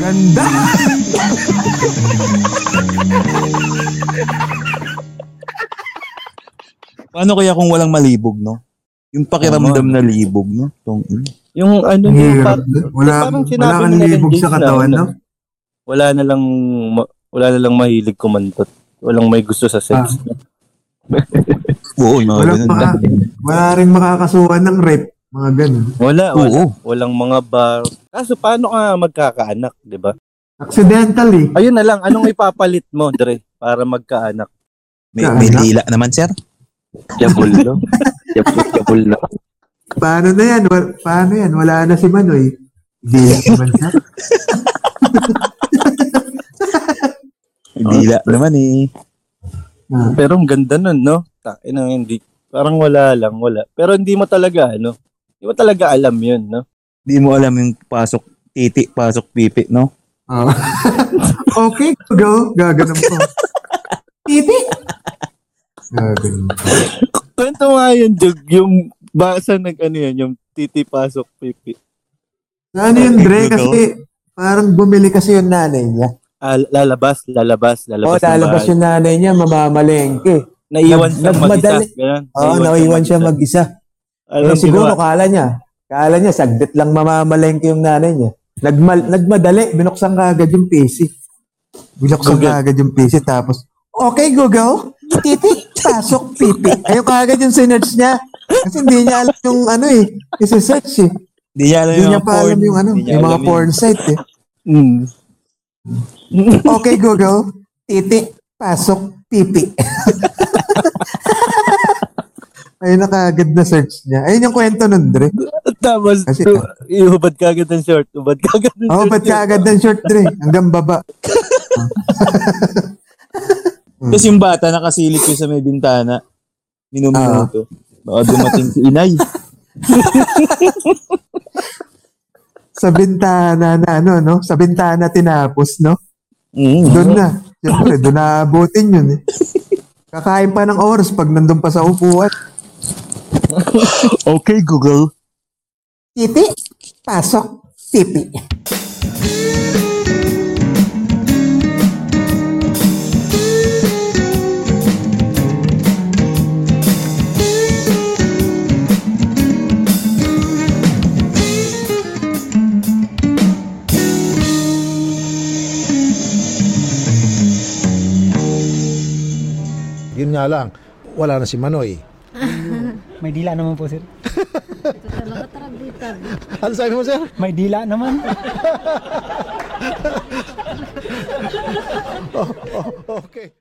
ganda. Paano kaya kung walang malibog, no? Yung pakiramdam na libog, no? Tong, mm. Yung ano Ang niya, hirap. par- Wala, parang wala sinabi kang nila libog James sa katawan, na, no? wala na lang ma- wala na lang mahilig kumantot. Walang may gusto sa sex. Ah. oo, yung mga Wala ganun. pa. Wala rin makakasuhan ng rep. Mga ganun. Wala, wala. Oo. Walang mga bar. Kaso paano ka magkakaanak, 'di ba? Accidental eh. Ayun na lang, anong ipapalit mo, Dre, para magkaanak? May, may dila naman, sir. Yabol, no? Yabol, yabol na. Paano na yan? Wa- Paano yan? Wala na si Manoy. Hindi lang si Mansa. May dila naman, eh. Ah, Pero ang ganda nun, no? Takin ang hindi. Parang wala lang, wala. Pero hindi mo talaga, ano? Hindi mo talaga alam yun, no? Hindi mo alam yung pasok titi, pasok pipi, no? ah. okay, go. Gaganon ko. Titi. Gaganon. Kwento nga yun, Jug, yung basa nag ano yun, yung titi pasok pipi. Ano yun, Go, Dre? go. Kasi parang bumili kasi yung nanay niya. Ah, lalabas, lalabas, Oo, lalabas. ng Oh, lalabas bahay. yung nanay niya, mamamalengke. Naiwan Nag- siya mag-isa. nagmadali. ganun. Oo, naiwan siya mag-isa. Alam eh, siguro ginawa. kala niya. Kala niya, saglit lang mamamalengke yung nanay niya. Nagmal, nagmadali, binuksan ka agad yung PC. Binuksan Google. ka agad yung PC, tapos, okay, Google, titi, pasok, pipi. Ayun ka agad yung sinerge niya. Kasi hindi niya alam yung ano eh, isi-search eh. Hindi niya alam Hindi yung niya mga pa alam porn. yung ano, Hindi niya yung mga alam yun. porn site eh. Mm. Okay, Google, titi, pasok, pipi. Ayun na kaagad na search niya. Ayun yung kwento nun, Dre. Tapos, Kasi- tu- ihubad ka agad ng short. Ubad ka agad ng Oo, short. oh, ba't ka agad ng short, Dre? Hanggang baba. Tapos yung bata nakasilip yun sa may bintana. Minuminuto. Ah. Baka dumating si inay. Sa bintana na ano, no? Sa bintana tinapos, no? Mm. Doon na. Siyempre, doon na abutin yun, eh. Kakain pa ng oras pag nandun pa sa upuan. Okay, Google. Titi, pasok, pipi. Yun nga lang, wala na si Manoy. May dila naman po, sir. Ano sabi mo, sir? May dila naman. Oh, Okay.